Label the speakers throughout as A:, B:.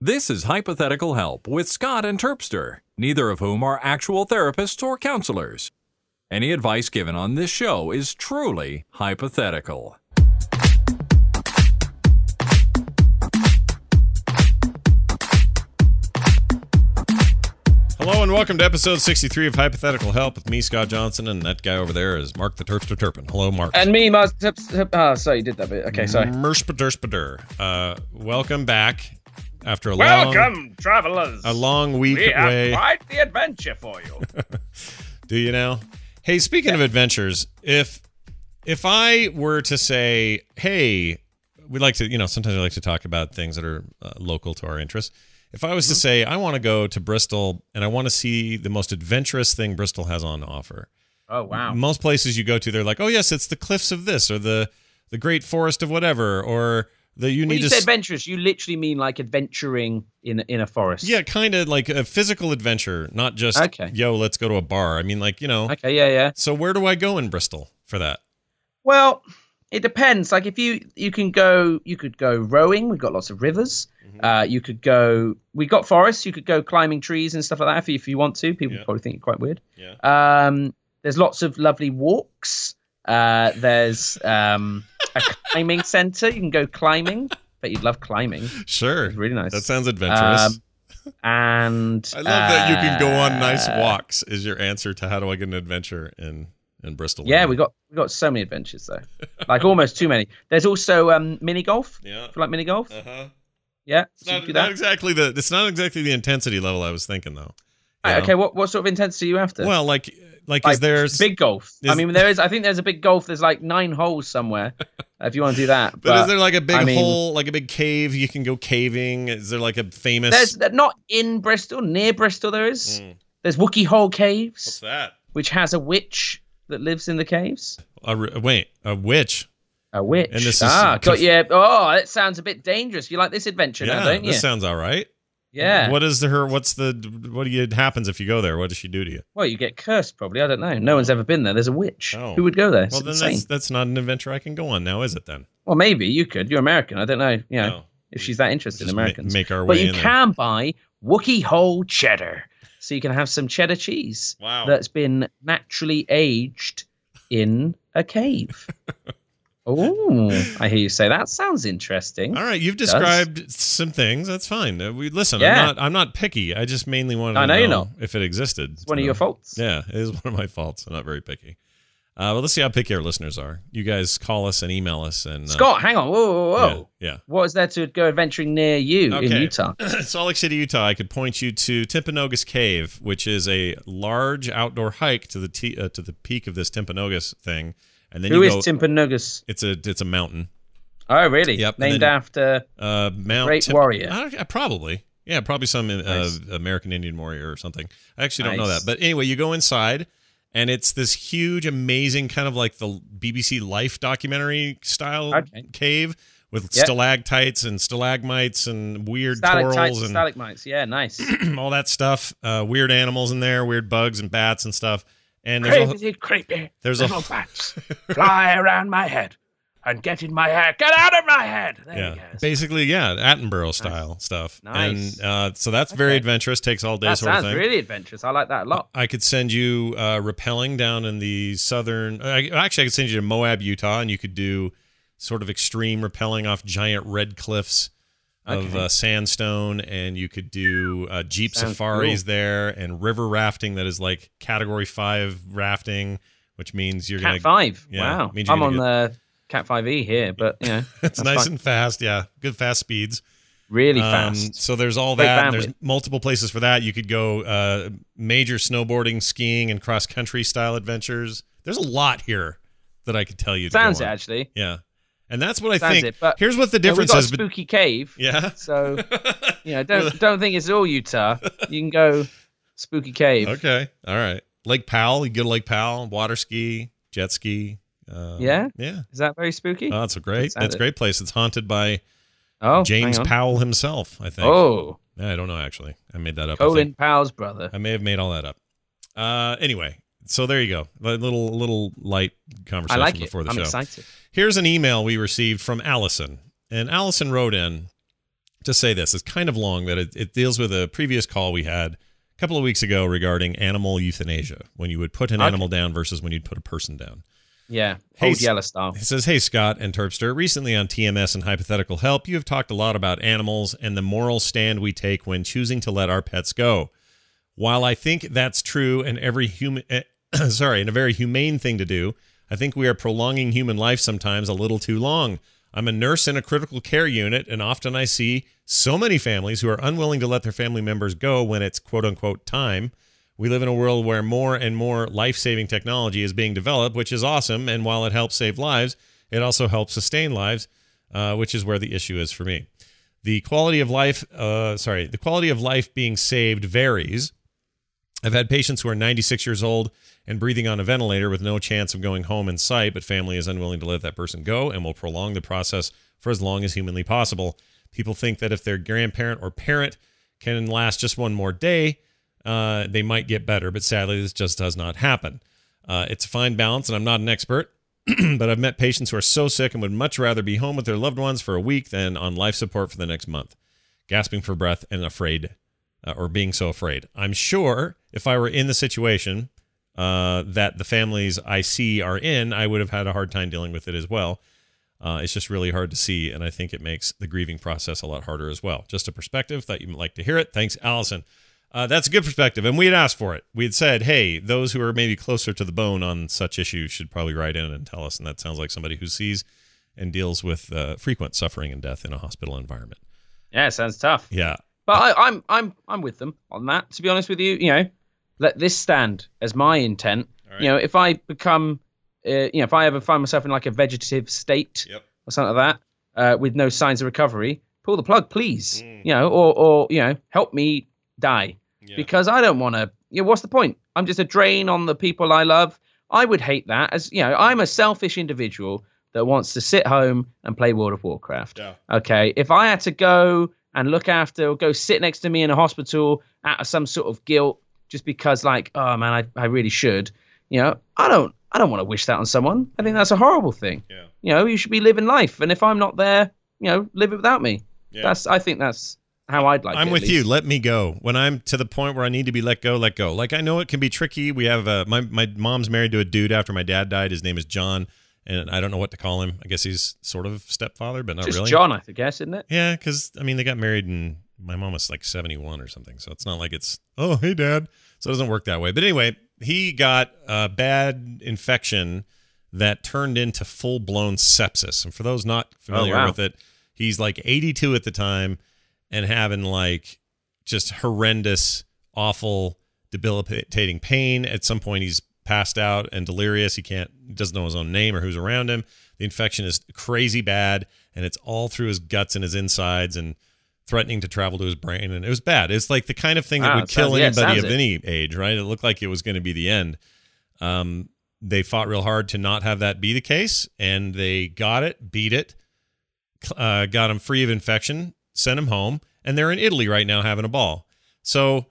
A: This is Hypothetical Help with Scott and Terpster, neither of whom are actual therapists or counselors. Any advice given on this show is truly hypothetical.
B: Hello and welcome to episode 63 of Hypothetical Help with me, Scott Johnson, and that guy over there is Mark the Terpster Turpin. Hello, Mark.
C: And me, Mars. Tips, tip, oh, sorry, you did that bit. Okay, sorry.
B: Mershpaderspader. Uh, welcome back after a long,
D: Welcome, travelers.
B: a long week
D: we have
B: away.
D: quite the adventure for you.
B: Do you know? Hey, speaking of adventures, if if I were to say, "Hey, we like to," you know, sometimes I like to talk about things that are uh, local to our interests. If I was
D: Mm-hmm.
B: to say, "I want to go to Bristol and I want to see the most adventurous thing Bristol has on offer,"
C: Oh, wow.
B: most places you go to, they're like, "Oh yes, it's the cliffs of this, or the the great forest of whatever, or the you
C: When
B: need
C: you
B: to."
C: say
B: s-
C: adventurous, you literally mean like adventuring in in a forest.
B: yeah, kind of like a physical adventure, not just
C: Okay.
B: yo, let's go to a bar. I mean, like you know.
C: Okay, yeah, yeah.
B: So where do I go in Bristol for that?
C: Well, it depends. Like if you you can go, you could go rowing. We've got lots of rivers.
B: Mm-hmm.
C: Uh, you could go. We got forests. You could go climbing trees and stuff like that if you, if you want to. People
B: Yeah.
C: probably think you're quite weird.
B: Yeah.
C: Um, there's lots of lovely walks. Uh, there's um, a climbing center. You can go climbing. But you'd love climbing.
B: Sure.
C: It's really nice.
B: That sounds adventurous.
C: Um, and
B: I love that you can go on nice
C: uh,
B: walks is your answer to how do I get an adventure in in Bristol.
C: Yeah, we got we got so many adventures though, like almost too many. There's also um, mini golf.
B: Yeah.
C: If you like mini golf,
B: Uh-huh.
C: yeah,
B: It's
C: so you
B: not,
C: do
B: not
C: that.
B: exactly the it's not exactly the intensity level I was thinking though. You
C: Right,
B: know?
C: okay, what what sort of intensity are you after?
B: Well, like like,
C: Like,
B: is there
C: big golf. I
B: is-
C: mean, there is. I think there's a big golf. There's like nine holes somewhere. if you want to do that, but,
B: but, is there like a big
C: I mean-
B: hole, like a big cave you can go caving? Is there like a famous
C: there's not in Bristol. Near Bristol, there is.
B: Mm,
C: There's Wookie Hole Caves,
B: what's that?
C: which has a witch that lives in the caves.
B: A, r- wait, a witch.
C: A witch.
B: And this is
C: ah,
B: conf-
C: got yeah. Oh, that sounds a bit dangerous. You like this adventure now, don't you?
B: this sounds all right.
C: yeah.
B: What is the, her? What's the? What do you, happens if you go there? What does she do to you?
C: Well, you get cursed probably. I don't know. No one's ever been there. There's a witch.
B: Oh.
C: Who would go there? It's
B: well, then
C: insane.
B: that's that's not an adventure I can go on now, is it? Then
C: Well, maybe you could. You're American. I don't know. You know
B: No.
C: if she's that interested
B: Oh,
C: in
B: Just ma-
C: Americans.
B: make our
C: but
B: way
C: you
B: in there.
C: can buy Wookie whole cheddar, so you can have some cheddar cheese
B: Wow.
C: that's been naturally aged in a cave. oh, I hear you say that sounds interesting.
B: All right, you've
C: does.
B: described some things. That's fine. Uh, We listen.
C: Yeah.
B: I'm not. I'm not picky. I just mainly wanted
C: I
B: to
C: know
B: know,
C: you're not.
B: if it existed.
C: It's one
B: you
C: of your
B: know.
C: faults.
B: Yeah, it is one of my faults. I'm not very picky. Uh, but let's see how picky our listeners are. You guys call us and email us and uh,
C: Scott, hang on. Whoa, whoa, whoa.
B: Yeah.
C: What is there to go adventuring near you in
B: Okay.
C: Utah?
B: yeah. Salt Lake City, Utah. I could point you to Timpanogos Cave, which is a large outdoor hike to the t- uh, to the peak of this Timpanogos thing, and then
C: Who
B: you
C: is
B: go.
C: Timpanogos?
B: it's a it's a mountain.
C: Oh, really?
B: Yep, and
C: Named
B: then-
C: after.
B: Uh, Mount
C: Great
B: Tim-
C: warrior.
B: I don't- probably. Yeah, probably some uh,
C: Nice.
B: American Indian warrior or something. I actually don't know
C: Nice.
B: that. But anyway, you go inside and it's this huge, amazing kind of like the BBC Life documentary style
C: Okay.
B: cave with
C: Yep.
B: stalactites and stalagmites and weird
C: Stalactites
B: twirls
C: and
B: and
C: stalagmites. Yeah, nice.
B: all that stuff. Uh, weird animals in there, weird bugs and bats and stuff. And there's a,
D: Crazy, creepy
B: there's
D: little
B: a
D: bats fly around my head and get in my hair. Get out of my head! There
B: yeah,
D: he is.
B: basically yeah, Attenborough style stuff.
C: Nice.
B: And uh, so that's very
C: Okay.
B: adventurous. Takes all day,
C: that
B: sort of
C: sounds
B: thing.
C: really adventurous. I like that a lot.
B: I could send you uh, rappelling down in the southern. I, actually, I could send you to Moab, Utah, and you could do sort of extreme rappelling off giant red cliffs of
C: Okay.
B: uh, sandstone, and you could do uh, jeep
C: Sounds
B: safaris there and river rafting that is like Category Five rafting, which means you're
C: Cat
B: gonna.
C: five.
B: yeah,
C: wow.
B: means you're
C: I'm on
B: gonna
C: the Cat five E here, but you know,
B: It's
C: that's
B: nice
C: fine.
B: and fast, yeah. Good fast speeds.
C: really
B: Um,
C: fast.
B: so there's all
C: Great
B: that. and there's
C: bandwidth.
B: multiple places for that. You could go uh, major snowboarding, skiing, and cross country style adventures. There's a lot here that I could tell you. to go
C: Sounds it
B: on.
C: actually.
B: Yeah, and that's what I
C: Sounds
B: think.
C: it, but-
B: Here's what the
C: Now,
B: difference
C: we've got
B: is.
C: a
B: bet-
C: spooky cave.
B: yeah.
C: So you know, don't don't think it's all Utah. You can go spooky cave.
B: okay. All right. Lake Powell. You go to Lake Powell. Water ski, jet ski. Um,
C: Yeah?
B: Yeah.
C: Is that very spooky?
B: Oh, that's a great.
C: sounded-
B: That's a great place. It's haunted by
C: oh,
B: James
C: hang on.
B: Powell himself. I think.
C: Oh,
B: I don't know actually. I made that up. I think.
C: Colin Powell's brother.
B: I may have made all that up. Uh, anyway, so there you go. A little little light
C: I
B: conversation
C: like it.
B: before the
C: I'm
B: show.
C: excited.
B: Here's an email we received from Allison, and Allison wrote in to say this. It's kind of long, but it, it deals with a previous call we had a couple of weeks ago regarding animal euthanasia, when you would put an
C: Okay.
B: animal down versus when you'd put a person down.
C: Yeah,
B: Hey,
C: old
B: s-
C: yellow style.
B: He says, Hey, Scott and Terpster, recently on TMS and Hypothetical Help, you have talked a lot about animals and the moral stand we take when choosing to let our pets go. While I think that's true and every human, eh, sorry, and a very humane thing to do, I think we are prolonging human life sometimes a little too long. I'm a nurse in a critical care unit, and often I see so many families who are unwilling to let their family members go when it's quote unquote time. We live in a world where more and more life saving technology is being developed, which is awesome. And while it helps save lives, it also helps sustain lives, uh, which is where the issue is for me. The quality of life, uh, sorry, the quality of life being saved varies. I've had patients who are 96 years old and breathing on a ventilator with no chance of going home in sight, but family is unwilling to let that person go and will prolong the process for as long as humanly possible. People think that if their grandparent or parent can last just one more day, uh, they might get better, but sadly, this just does not happen. Uh, it's a fine balance, and I'm not an expert, but I've met patients who are so sick and would much rather be home with their loved ones for a week than on life support for the next month, gasping for breath and afraid uh, or being so afraid. I'm sure if I were in the situation uh, that the families I see are in, I would have had a hard time dealing with it as well. Uh, it's just really hard to see, and I think it makes the grieving process a lot harder as well. Just a perspective. Thought you might like to hear it. Thanks, Allison. Uh, that's a good perspective, and we had asked for it. We had said, "Hey, those who are maybe closer to the bone on such issues should probably write in and tell us." And that sounds like somebody who sees and deals with uh, frequent suffering and death in a hospital environment.
C: Yeah, sounds tough.
B: Yeah,
C: But I, I'm I'm I'm with them on that. To be honest with you, you know, let this stand as my intent.
B: right.
C: You know, if I become, uh, you know, if I ever find myself in like a vegetative state
B: Yep.
C: or something like that, uh, with no signs of recovery, pull the plug, please. You know, or or you know, help me die
B: Mm. yeah.
C: because I don't want to. You know, what's the point? I'm just a drain on the people I love. I would hate that. As you know, I'm a selfish individual that wants to sit home and play World of Warcraft.
B: Yeah.
C: Okay, if I had to go and look after or go sit next to me in a hospital out of some sort of guilt, just because like, oh man, I, I really should. You know, I don't I don't want to wish that on someone. I think that's a horrible thing.
B: Yeah.
C: You know, you should be living life, and if I'm not there, you know, live it without me.
B: Yeah.
C: That's I think that's how I'd like.
B: I'm
C: it, at
B: with you.
C: least.
B: Let me go. When I'm to the point where I need to be let go, let go. Like I know it can be tricky. We have uh, my my mom's married to a dude after my dad died. His name is John, and I don't know what to call him. I guess he's sort of stepfather, but not
C: Just
B: really.
C: John, I guess, isn't it?
B: Yeah, because I mean they got married and my mom was like 71 or something, so it's not like it's oh hey dad. So it doesn't work that way. But anyway, he got a bad infection that turned into full blown sepsis. And for those not familiar
C: Oh, wow.
B: with it, he's like 82 at the time and having like just horrendous, awful, debilitating pain. At some point, he's passed out and delirious. He can't he doesn't know his own name or who's around him. The infection is crazy bad, and it's all through his guts and his insides, and threatening to travel to his brain. And it was bad. It's like the kind of thing that
C: Wow,
B: would
C: Ah, it
B: kill
C: sounds- yeah, it
B: anybody
C: sounds
B: of
C: it.
B: any age, right? It looked like it was going to be the end. Um, they fought real hard to not have that be the case, and they got it, beat it, uh, got him free of infection, sent him home, and they're in Italy right now having a ball. So,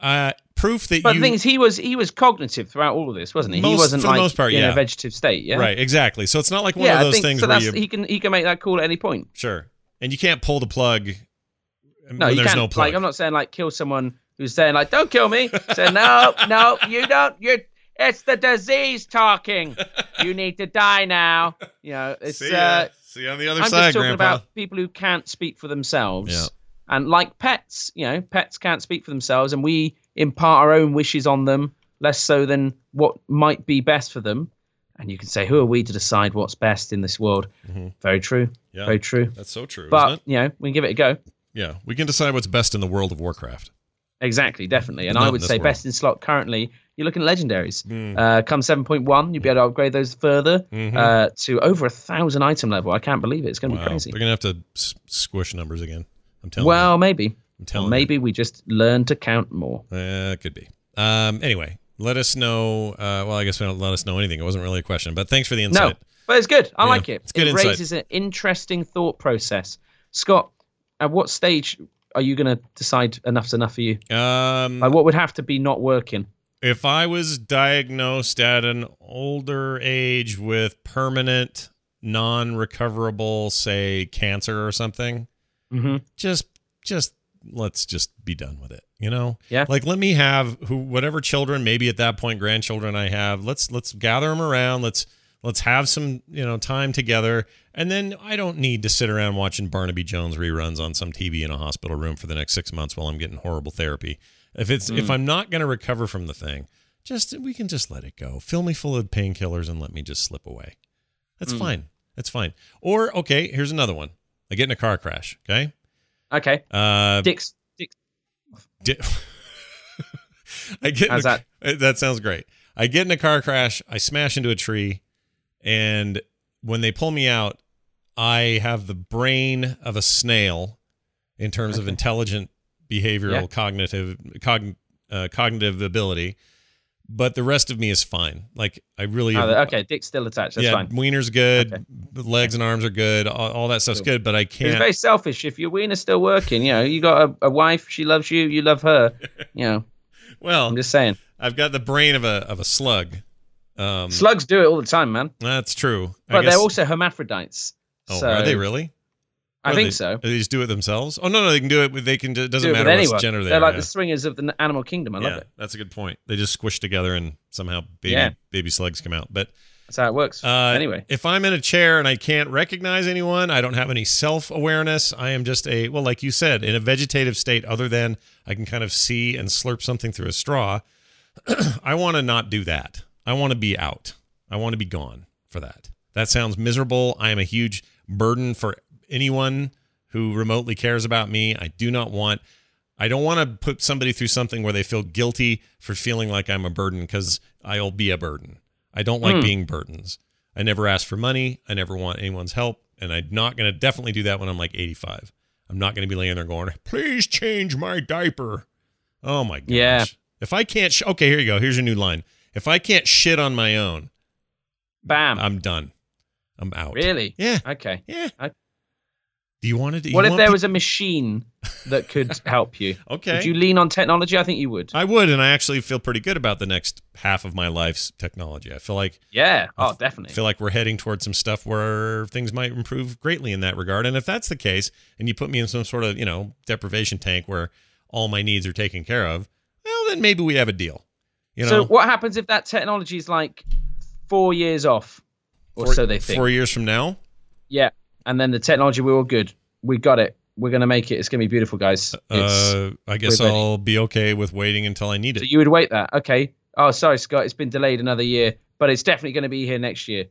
B: uh, proof that
C: But
B: you
C: the thing is, he was he was cognitive throughout all of this, wasn't he? he
B: Most-
C: wasn't
B: for the
C: like
B: most part,
C: in
B: yeah.
C: a vegetative state, yeah.
B: right exactly. So it's not like one
C: yeah,
B: of
C: I
B: those
C: think
B: things
C: so.
B: where
C: That's
B: you
C: he can he can make that call at any point.
B: sure, and you can't pull the plug.
C: No,
B: when
C: you
B: there's
C: can't.
B: no plug.
C: Like I'm not saying like kill someone who's saying like don't kill me. Say no, no, you don't. You it's the disease talking. You need to die now. You know, it's
B: See,
C: uh,
B: ya. See you on the other
C: I'm
B: side,
C: just talking
B: Grandpa.
C: about people who can't speak for themselves.
B: Yeah.
C: And like pets, you know, pets can't speak for themselves, and we impart our own wishes on them less so than what might be best for them. And you can say, who are we to decide what's best in this world? Very true.
B: Mm-hmm. Yeah.
C: Very true.
B: That's so true.
C: But
B: isn't it?
C: you know, we can give it a go.
B: yeah, we can decide what's best in the world of Warcraft.
C: Exactly, definitely. And
B: Not
C: I
B: in
C: would
B: this
C: say
B: world. Mm.
C: best in slot currently. You're looking at legendaries. Uh, come 7.1, you'll be able to upgrade those further uh, to over a thousand item level. I can't believe it. It's going to
B: Mm-hmm. Wow.
C: be crazy.
B: They're gonna have to s- squish numbers again. I'm telling you.
C: Well, maybe.
B: I'm
C: Or
B: telling you.
C: maybe we just learn to count more.
B: Uh, it could be. Um, anyway, let us know. Uh, well, I guess we don't let us know anything. It wasn't really a question, but thanks for the
C: No,
B: insight.
C: but it's good. I
B: Yeah,
C: like it.
B: it's good
C: it
B: insight.
C: raises an interesting thought process. Scott, at what stage are you going to decide enough's enough for you?
B: Um,
C: Like, what would have to be not working?
B: if I was diagnosed at an older age with permanent, non recoverable, say, cancer or something,
C: hmm
B: just just let's just be done with it you know
C: Yeah.
B: like let me have who whatever children maybe at that point grandchildren i have let's let's gather them around let's let's have some you know time together and then i don't need to sit around watching barnaby jones reruns on some tv in a hospital room for the next six months while i'm getting horrible therapy if it's if i'm not going to recover from the thing just we can just let it go fill me full of painkillers and let me just slip away that's fine that's fine or okay here's another one i get in a car crash okay
C: Okay.
B: uh,
C: Dicks. Dicks.
B: di- I get in
C: How's
B: a- uh, that? sounds great. I get in a car crash. I smash into a tree, and when they pull me out, I have the brain of a snail in terms of intelligent behavioral
C: Yeah.
B: cognitive cogn uh, cognitive ability. But the rest of me is fine. Like I really,
C: Oh, okay. Dick's still attached. That's
B: yeah,
C: fine.
B: wiener's good,
C: Okay.
B: the legs and arms are good, all, all that stuff's good. But I
C: It's
B: can't.
C: very selfish. If your wiener's still working, you know, you got a, a wife, she loves you, you love her. You know,
B: well,
C: I'm just saying.
B: I've got the brain of a of a slug. Um,
C: Slugs do it all the time, man.
B: That's true. I
C: But
B: guess-
C: they're also hermaphrodites.
B: Oh,
C: so
B: are they really?
C: I
B: Or
C: think
B: they-
C: so.
B: They just do it themselves. Oh no, no, they can do it. with- They can. It doesn't
C: do it
B: matter
C: with
B: what
C: anyone.
B: gender they
C: They're
B: are.
C: like
B: yeah.
C: the swingers of the n- animal kingdom. I love
B: Yeah,
C: it.
B: that's a good point. They just squish together and somehow baby
C: Yeah.
B: baby slugs come out. But
C: That's how it works.
B: uh,
C: anyway,
B: if I'm in a chair and I can't recognize anyone, I don't have any self awareness. I am just a well, like you said, in a vegetative state. Other than I can kind of see and slurp something through a straw. I want to not do that. I want to be out. I want to be gone for that. That sounds miserable. I am a huge burden for anyone who remotely cares about me. I do not want I don't want to put somebody through something where they feel guilty for feeling like I'm a burden cuz I'll be a burden. I don't like
C: Hmm.
B: being burdens. I never ask for money. I never want anyone's help and I'm not going to definitely do that when I'm like 85. I'm not going to be laying there going, "Please change my diaper." Oh my gosh.
C: Yeah.
B: If I can't sh- Okay, here you go. Here's your new line. If I can't shit on my own,
C: bam.
B: I'm done. I'm out.
C: really?
B: Yeah.
C: Okay.
B: Yeah.
C: I-
B: do you want to do
C: What
B: you
C: if
B: want
C: there
B: pe-
C: was a machine that could help you?
B: Okay. Uh,
C: Would you lean on technology? I think you would.
B: I would and I actually feel pretty good about the next half of my life's technology. I feel like
C: yeah.
B: I
C: Oh,
B: f- I
C: definitely.
B: feel like we're heading towards some stuff where things might improve greatly in that regard. And if that's the case and you put me in some sort of, you know, deprivation tank where all my needs are taken care of, well then maybe we have a deal. You know.
C: so, what happens if that technology is like four years off, or
B: four-
C: so they think?
B: Four years from now,
C: Yeah. And then the technology, we're all good. We got it. We're gonna make it. It's gonna be beautiful, guys. It's-
B: uh, I guess
C: we're ready.
B: I'll be okay with waiting until I need it.
C: so you would wait that. Okay. Oh, sorry, Scott. It's been delayed another year, but it's definitely gonna be here next year.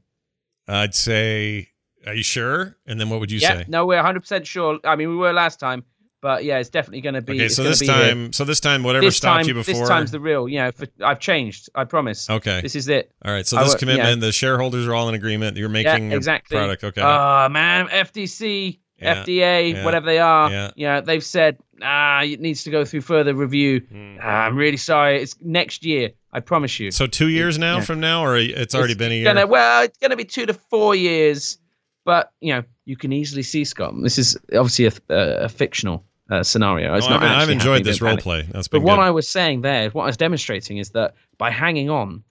B: I'd say, "Are you sure?" And then what would you
C: yeah.
B: say?
C: No, we're 100 percent sure. I mean, we were last time, but yeah, it's definitely gonna be.
B: okay,
C: it's
B: so
C: gonna
B: this
C: be here.
B: time, so this time, whatever
C: this
B: stopped
C: time,
B: you before.
C: This time's the real. You know, for, I've changed. I promise.
B: okay,
C: This is it.
B: all right. So
C: I
B: this
C: would-
B: commitment, the shareholders are all in agreement. You're making
C: yeah, exactly.
B: a product. Okay,
C: Ah, man, FTC,
B: Yeah,
C: FDA,
B: yeah,
C: whatever they are.
B: yeah.
C: You know, they've said ah, it needs to go through further review.
B: Mm.
C: Ah, I'm really sorry. It's next year. I promise you.
B: so two years now
C: Yeah.
B: from now, or it's already been a year.
C: Gonna, well, it's going to be two to four years, but you know, you can easily see Scott. This is obviously a, th- uh, a fictional uh, scenario. It's
B: No,
C: not
B: Oh, I've, I've
C: actually
B: enjoyed
C: happening,
B: this
C: don't
B: role
C: panic.
B: play. That's
C: But
B: been
C: what
B: good.
C: I was saying there, what I was demonstrating is that by hanging on,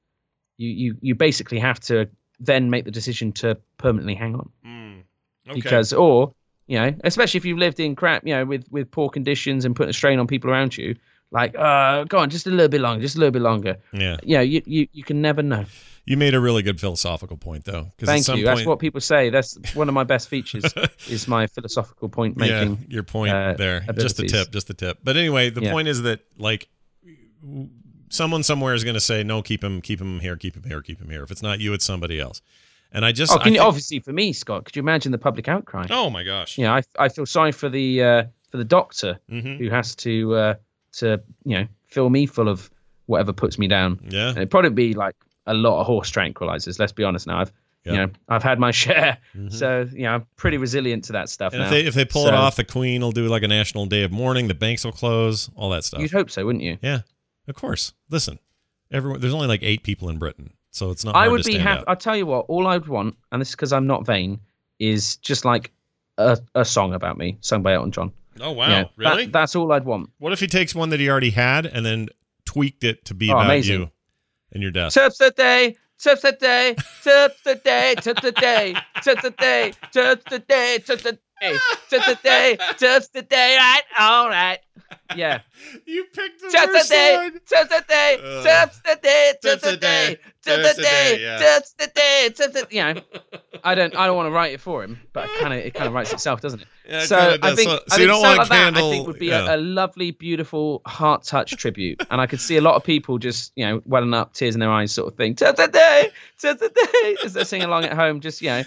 C: you you you basically have to then make the decision to permanently hang on
B: Mm. Okay.
C: because or you know especially if you've lived in crap you know with with poor conditions and putting a strain on people around you like uh go on just a little bit longer just a little bit longer
B: yeah,
C: you know you you, you can never know
B: you made a really good philosophical point though. 'cause at
C: thank you
B: some
C: that's
B: point-
C: what people say that's one of my best features is my philosophical point making
B: yeah, your point
C: uh,
B: there. Just the
C: abilities.
B: tip, just the tip. But anyway, the
C: Yeah.
B: point is that like w- someone somewhere is going to say no, keep him, keep him here, keep him here, keep him here. If it's not you, it's somebody else. And I just
C: oh can
B: I
C: you
B: think-
C: obviously for me scott could you imagine the public outcry
B: oh my gosh.
C: you know I, I feel sorry for the uh for the doctor
B: hmm
C: who has to uh to you know fill me full of whatever puts me down
B: Yeah.
C: And it'd probably be like a lot of horse tranquilizers. Let's be honest now. I've you
B: Yeah.
C: know I've had my share,
B: Mhm.
C: so you know I'm pretty resilient to that stuff
B: And
C: now.
B: if they if they pull it
C: So-
B: off, the Queen will do like a national day of mourning. The banks will close, all that stuff.
C: You'd hope so, wouldn't you?
B: yeah, of course. Listen, everyone. There's only like eight people in Britain, so it's not.
C: I
B: hard
C: would
B: to
C: be
B: stand
C: happy.
B: out.
C: I'll tell you what. All I'd want, and this is because I'm not vain, is just like a, a song about me, sung by Elton John.
B: Oh wow,
C: Yeah, that-
B: really?
C: that's all I'd want.
B: what if he takes one that he already had and then tweaked it to be
C: Oh,
B: about
C: amazing.
B: you and your death?
C: Tips the day, tips the day, tips the day, tips the day, tips the day, tips the day, tips the Hey, just the day, just the day, right? All right. Yeah.
B: You picked the
C: Just
B: worst
C: the day,
B: one.
C: just the day,
B: Ugh.
C: just the day, just
B: Just
C: the
B: the
C: day,
B: just
C: just the
B: the day,
C: day,
B: yeah.
C: just the day, just the. You know, I don't, I don't want to write it for him, but it kind of, it kind of writes itself, doesn't it?
B: Yeah, it
C: so
B: kinda
C: I
B: does.
C: think,
B: so,
C: I
B: so
C: think
B: you don't
C: something
B: want
C: like
B: to
C: that,
B: candle.
C: I think would be
B: yeah.
C: a, a lovely, beautiful heart touch tribute, and I could see a lot of people just, you know, welling up, tears in their eyes, sort of thing. Just the day, just the day, as they're singing along at home, just you know,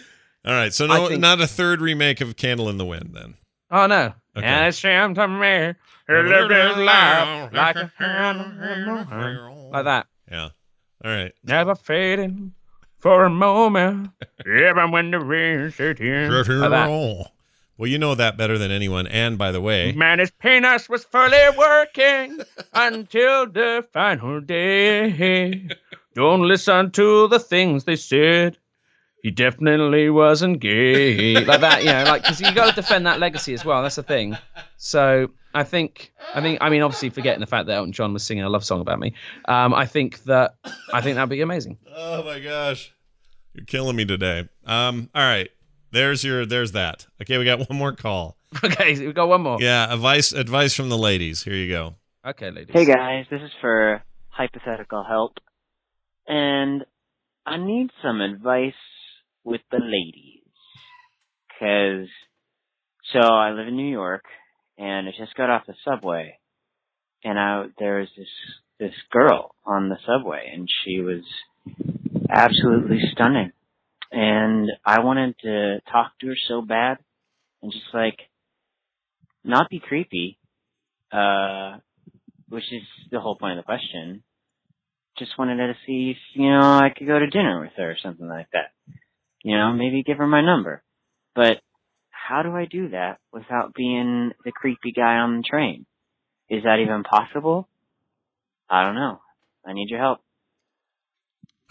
B: All right, so
C: I
B: no,
C: think-
B: not a third remake of Candle in the Wind then.
C: oh no,
B: Okay.
C: yeah, it's shame to me,
B: Yeah.
D: Live it loud,
C: like a hand, like that,
B: Yeah. All right.
C: never fading for a moment.
D: even when the rain set in.
B: Well, you know that better than anyone. And by the
C: Mm-hmm.
B: way,
D: Man, his penis was fully working until the final day.
C: Don't listen to the things they said. He definitely wasn't gay. like that, you know, like because you got to defend that legacy as well. That's the thing. So I think, I think, I mean, obviously forgetting the fact that Elton John was singing a love song about me, um, I think that, I think that'd be amazing.
B: oh my gosh, you're killing me today. Um. All right. There's your. There's that. Okay, we got one more call.
C: Okay, we got one more.
B: Yeah. Advice. Advice from the ladies. Here you go.
C: Okay, ladies.
E: Hey guys, this is for hypothetical help, and I need some advice with the ladies. Cause, so I live in New York, and I just got off the subway, and I there was this this girl on the subway, and she was absolutely stunning, and I wanted to talk to her so bad, and just like, not be creepy, uh which is the whole point of the question. Just wanted to see if, you know, I could go to dinner with her or something like that. You know, maybe give her my number. But how do I do that without being the creepy guy on the train? Is that even possible? I don't know. I need your help.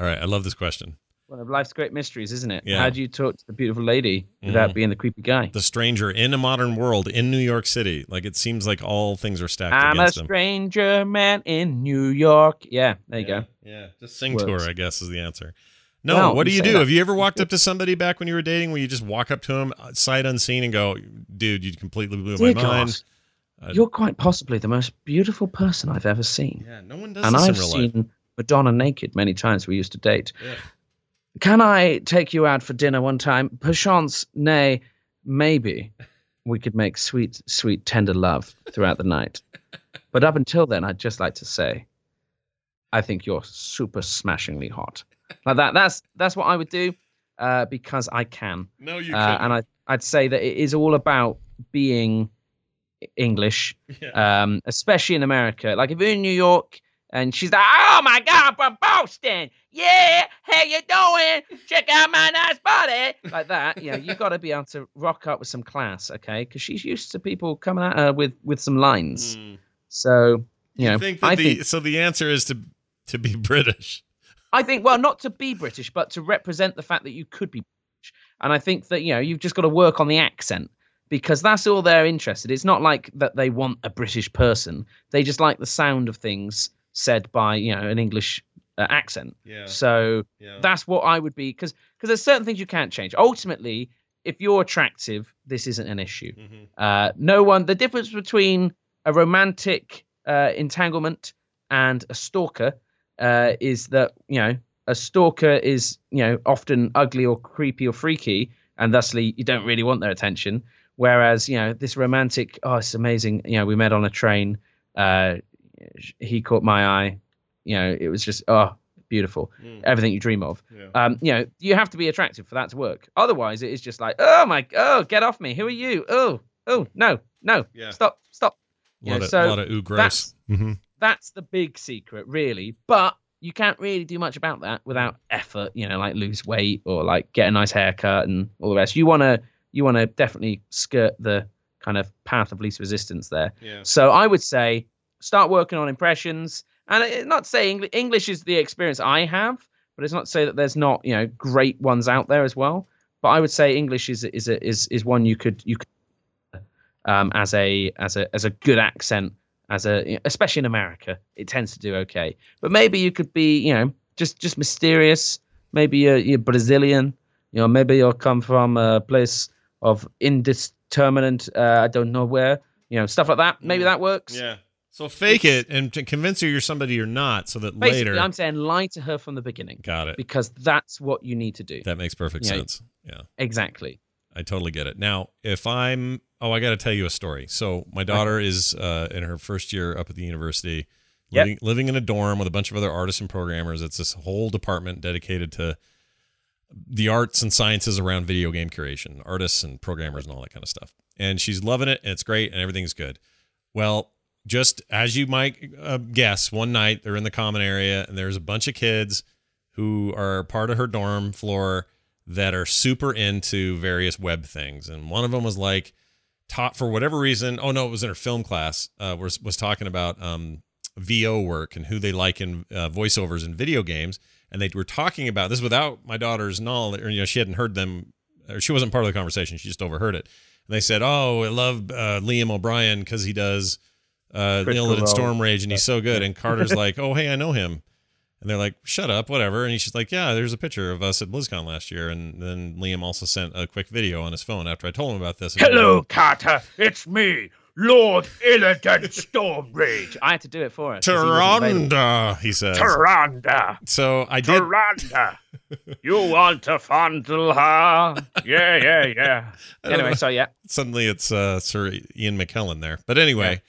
B: All right. I love this question.
C: One of life's great mysteries, isn't it?
B: Yeah.
C: How do you talk to the beautiful lady without
B: Mhm.
C: being the creepy guy?
B: The stranger in a modern world in New York City. Like it seems like all things are stacked
C: I'm a
B: against them.
C: stranger man in New York. Yeah, there you
B: yeah,
C: go.
B: Yeah, just sing to
C: Works.
B: her, I guess, is the answer. No,
C: Well,
B: what do
C: you
B: you
C: say
B: do?
C: that.
B: Have you ever walked up to somebody back when you were dating where you just walk up to him, uh, sight unseen, and go, dude, you completely blew my
C: Dear
B: mind?
C: God, you're quite possibly the most beautiful person I've ever seen.
B: uh, Yeah, no one does
C: and
B: this
C: I've
B: in real
C: seen
B: life.
C: Madonna naked many times. We used to date.
B: Yeah.
C: Can I take you out for dinner one time? Perchance, nay, maybe we could make sweet, sweet, tender love throughout the night. But up until then, I'd just like to say, I think you're super smashingly hot. Like that. That's that's what I would do, uh, because I can
B: No, you
C: uh,
B: couldn't.
C: and I, I'd say that it is all about being English, um, especially in America. Like if you're in New York and she's like, "Oh my God, I'm from Boston, yeah, how you doing? Check out my nice body," like that. You know, you got to be able to rock up with some class, okay? Because she's used to people coming at her with with some lines.
B: Mm.
C: So you know,
B: You think that
C: I
B: the,
C: think
B: So the answer is to to be British.
C: I think, well, not to be British, but to represent the fact that you could be British. And I think that, you know, you've just got to work on the accent because that's all they're interested. It's not like that they want a British person. They just like the sound of things said by, you know, an English uh, accent.
B: Yeah.
C: So
B: yeah.
C: that's what I would be because because there's certain things you can't change. Ultimately, if you're attractive, this isn't an issue.
B: Mm-hmm.
C: Uh, no one. The difference between a romantic uh, entanglement and a stalker uh, is that you know a stalker is you know often ugly or creepy or freaky, and thusly you don't really want their attention. Whereas you know this romantic, oh, it's amazing. You know, we met on a train. Uh, sh- he caught my eye. You know, it was just oh, beautiful.
B: Mm.
C: Everything you dream of. Um, you know, you have to be attractive for that to work. Otherwise, it is just like, oh my, oh, get off me. Who are you? Oh, oh, no, no,
B: Yeah.
C: stop, stop.
B: A lot,
C: Yeah,
B: of,
C: so
B: lot of ooh, gross. Mm-hmm.
C: That's the big secret, really. But you can't really do much about that without effort. You know, like lose weight or like get a nice haircut and all the rest. You wanna, you wanna definitely skirt the kind of path of least resistance there.
B: Yeah.
C: So I would say start working on impressions. And it- not saying Engl- English is the experience I have, but it's not to say that there's not you know great ones out there as well. But I would say English is is a, is is one you could you could um, as a as a as a good accent as a especially in America it tends to do okay. But maybe you could be you know just just mysterious. Maybe you're, you're Brazilian. You know maybe you'll come from a place of indis terminant, uh, I don't know where, you know, stuff like that. Maybe
B: Mm.
C: that works.
B: Yeah. So fake it and to convince her you're somebody you're not, so that
C: Basically,
B: later.
C: I'm saying lie to her from the beginning
B: Got it.
C: because that's what you need to do.
B: That makes perfect
C: Yeah.
B: sense. Yeah.
C: Exactly.
B: I totally get it. Now, if I'm oh, I got to tell you a story. So my daughter is uh, in her first year up at the university,
C: Yep.
B: living living in a dorm with a bunch of other artists and programmers. It's this whole department dedicated to the arts and sciences around video game curation, artists and programmers and all that kind of stuff. And she's loving it, and it's great, and everything's good. Well, just as you might uh, guess, one night they're in the common area, and there's a bunch of kids who are part of her dorm floor that are super into various web things. And one of them was like, taught for whatever reason. Oh no, it was in her film class. Uh, was was talking about um, VO work and who they like in uh, voiceovers in video games. And they were talking about this without my daughter's knowledge, or you know, she hadn't heard them, or she wasn't part of the conversation. She just overheard it. And they said, "Oh, I love uh, Liam O'Brien because he does uh,
D: Critical
B: Leonid
D: Role.
B: and Storm Rage, and he's so good." And Carter's like, "Oh, hey, I know him." And they're like, shut up, whatever. And he's just like, yeah, there's a picture of us at BlizzCon last year. And then Liam also sent a quick video on his phone after I told him about this.
D: Hello, Carter. It's me, Lord Illidan Stormrage.
C: I had to do it for her. 'cause he wasn't available.
B: Tyrande, he says.
D: Tyrande.
B: So I did.
D: Tyrande. You want to fondle her? Yeah, yeah, yeah.
B: I don't know.
C: Anyway, so yeah.
B: Suddenly it's uh, Sir Ian McKellen there. But anyway,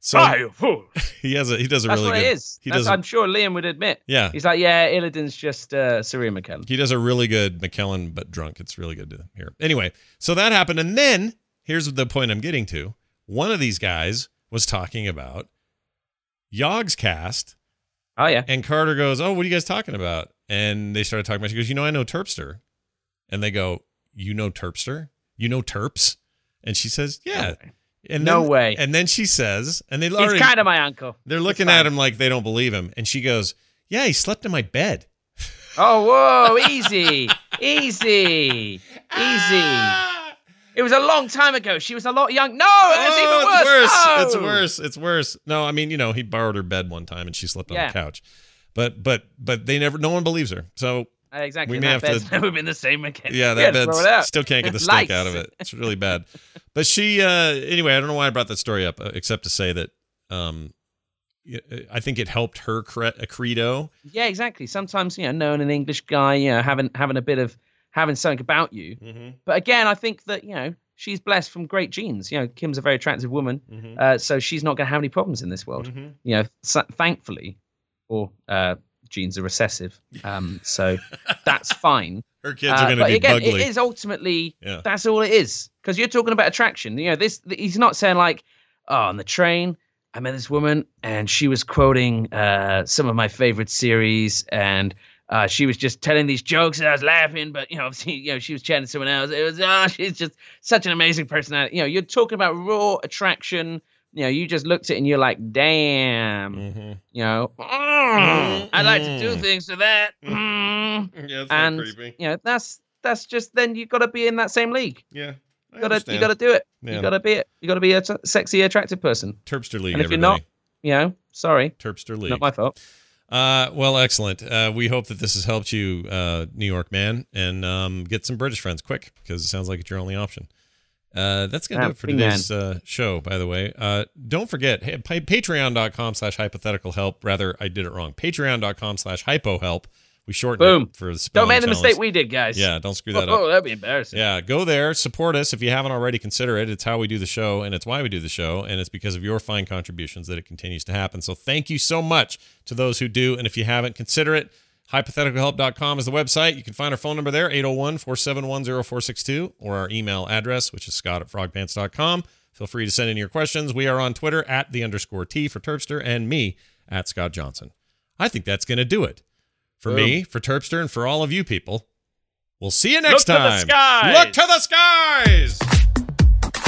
B: so
D: Bye, you fool.
B: he has a he does a
C: That's
B: really
C: what
B: good.
C: it is.
B: He
C: That's-
B: does.
C: I'm
B: A,
C: sure Liam would admit.
B: yeah,
C: He's like, yeah, Illidan's just uh, Surya McKellen.
B: He does a really good McKellen, but drunk. It's really good to hear. Anyway, so that happened. And then here's the point I'm getting to. One of these guys was talking about Yogg's cast,
C: Oh yeah.
B: and Carter goes, Oh, what are you guys talking about? And they started talking about, she goes, You know, I know Terpster. And they go, You know Terpster? You know Terps? And she says, Yeah. And
C: No
B: then-
C: way.
B: And then she says, and they
C: He's
B: already,
C: kind of my uncle.
B: they're looking
C: fine.
B: at him like they don't believe him. And she goes, Yeah, he slept in my bed.
C: Oh, whoa, easy, easy, easy.
B: Ah!
C: It was a long time ago. She was a lot young. No, it's Oh, even worse. Oh. No!
B: Oh, It's worse. It's worse. It's worse. No, I mean, you know, he borrowed her bed one time and she slept on
C: Yeah.
B: the couch. But but but they never no one believes her. So
C: Uh, exactly.
B: We
C: and
B: may
C: that
B: have
C: bed's
B: to-
C: never been the same again.
B: yeah,
C: Yeah,
B: that bed
C: throw it out.
B: still can't get the
C: Lice.
B: steak out of it. It's really bad. But she uh anyway, I don't know why I brought that story up uh, except to say that um y- I think it helped her cre- a credo.
C: Yeah, exactly. Sometimes you know, knowing an English guy, you know, having having a bit of having something about you.
B: Mm-hmm.
C: But again, I think that you know she's blessed from great genes. You know, Kim's a very attractive woman,
B: Mm-hmm.
C: uh, so she's not going to have any problems in this world. You know, so, thankfully, or uh, genes are recessive, um, so that's fine.
B: Her kids
C: Uh,
B: are going to
C: but
B: be
C: again,
B: bugly.
C: it is ultimately
B: yeah.
C: that's all it is. Because you're talking about attraction. You know, this th- he's not saying like, oh, on the train, I met this woman and she was quoting uh, some of my favorite series and uh, she was just telling these jokes and I was laughing, but you know, obviously, you know, she was chatting to someone else. It was ah, she's just such an amazing personality. You know, you're talking about raw attraction. You know, you just looked at it and you're like, damn.
B: Mm-hmm.
C: You know,
B: Mm,
C: I'd like to do
B: mm.
C: things to that. Mm.
B: Yeah, it's
C: and you know, that's that's just then you've got to be in that same league.
B: Yeah.
C: You gotta, you gotta do it. You gotta be it. You gotta be a t- sexy, attractive person.
B: Terpster League,
C: and if
B: everybody.
C: you're not- You know, sorry,
B: Terpster League.
C: not my fault.
B: Uh, well, excellent. Uh, we hope that this has helped you, uh, New York man, and um, get some British friends quick because it sounds like it's your only option. Uh, that's gonna do
C: Ah,
B: it for
C: big
B: today's uh, show. By the way, uh, don't forget hey, pa- Patreon.com/slash hypothetical help. Rather, I did it wrong. Patreon.com/slash hypo help. We shortened
C: Boom.
B: it for the
C: Don't
B: spelling
C: make the
B: challenge.
C: mistake we did, guys.
B: Yeah, don't screw
C: Oh,
B: that up.
C: that'd be embarrassing.
B: Yeah, go there, support us if you haven't already. Consider it. It's how we do the show, and it's why we do the show, and it's because of your fine contributions that it continues to happen. So thank you so much to those who do, and if you haven't, consider it. Hypotheticalhelp.com is the website. You can find our phone number there, 801 471 0462, or our email address, which is scott at frogpants.com. Feel free to send in your questions. We are on Twitter at the underscore T for Terpster and me at Scott Johnson. I think that's going to do it for me, for Terpster, and for all of you people. We'll see you next
D: Look to the
B: time.
D: skies.
B: Look to the skies.